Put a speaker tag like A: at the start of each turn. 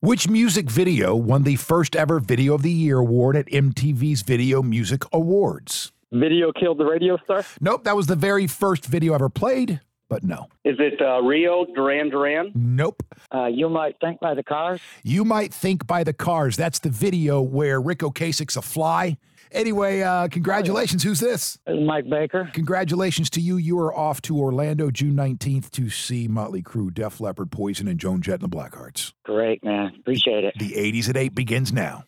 A: Which music video won the first ever Video of the Year award at MTV's Video Music Awards?
B: Video killed the radio star.
A: Nope, that was the very first video ever played, but no.
B: Is it uh, Rio Duran Duran?
A: Nope.
C: Uh, you might think by the cars.
A: You might think by the cars. That's the video where Rick Ocasek's a fly. Anyway, uh, congratulations. Who's this?
C: uh, Mike Baker.
A: Congratulations to you. You are off to Orlando June 19th to see Motley Crue, Def Leppard, Poison, and Joan Jett and the Blackhearts.
C: Great, man. Appreciate it.
A: The 80s at 8 begins now.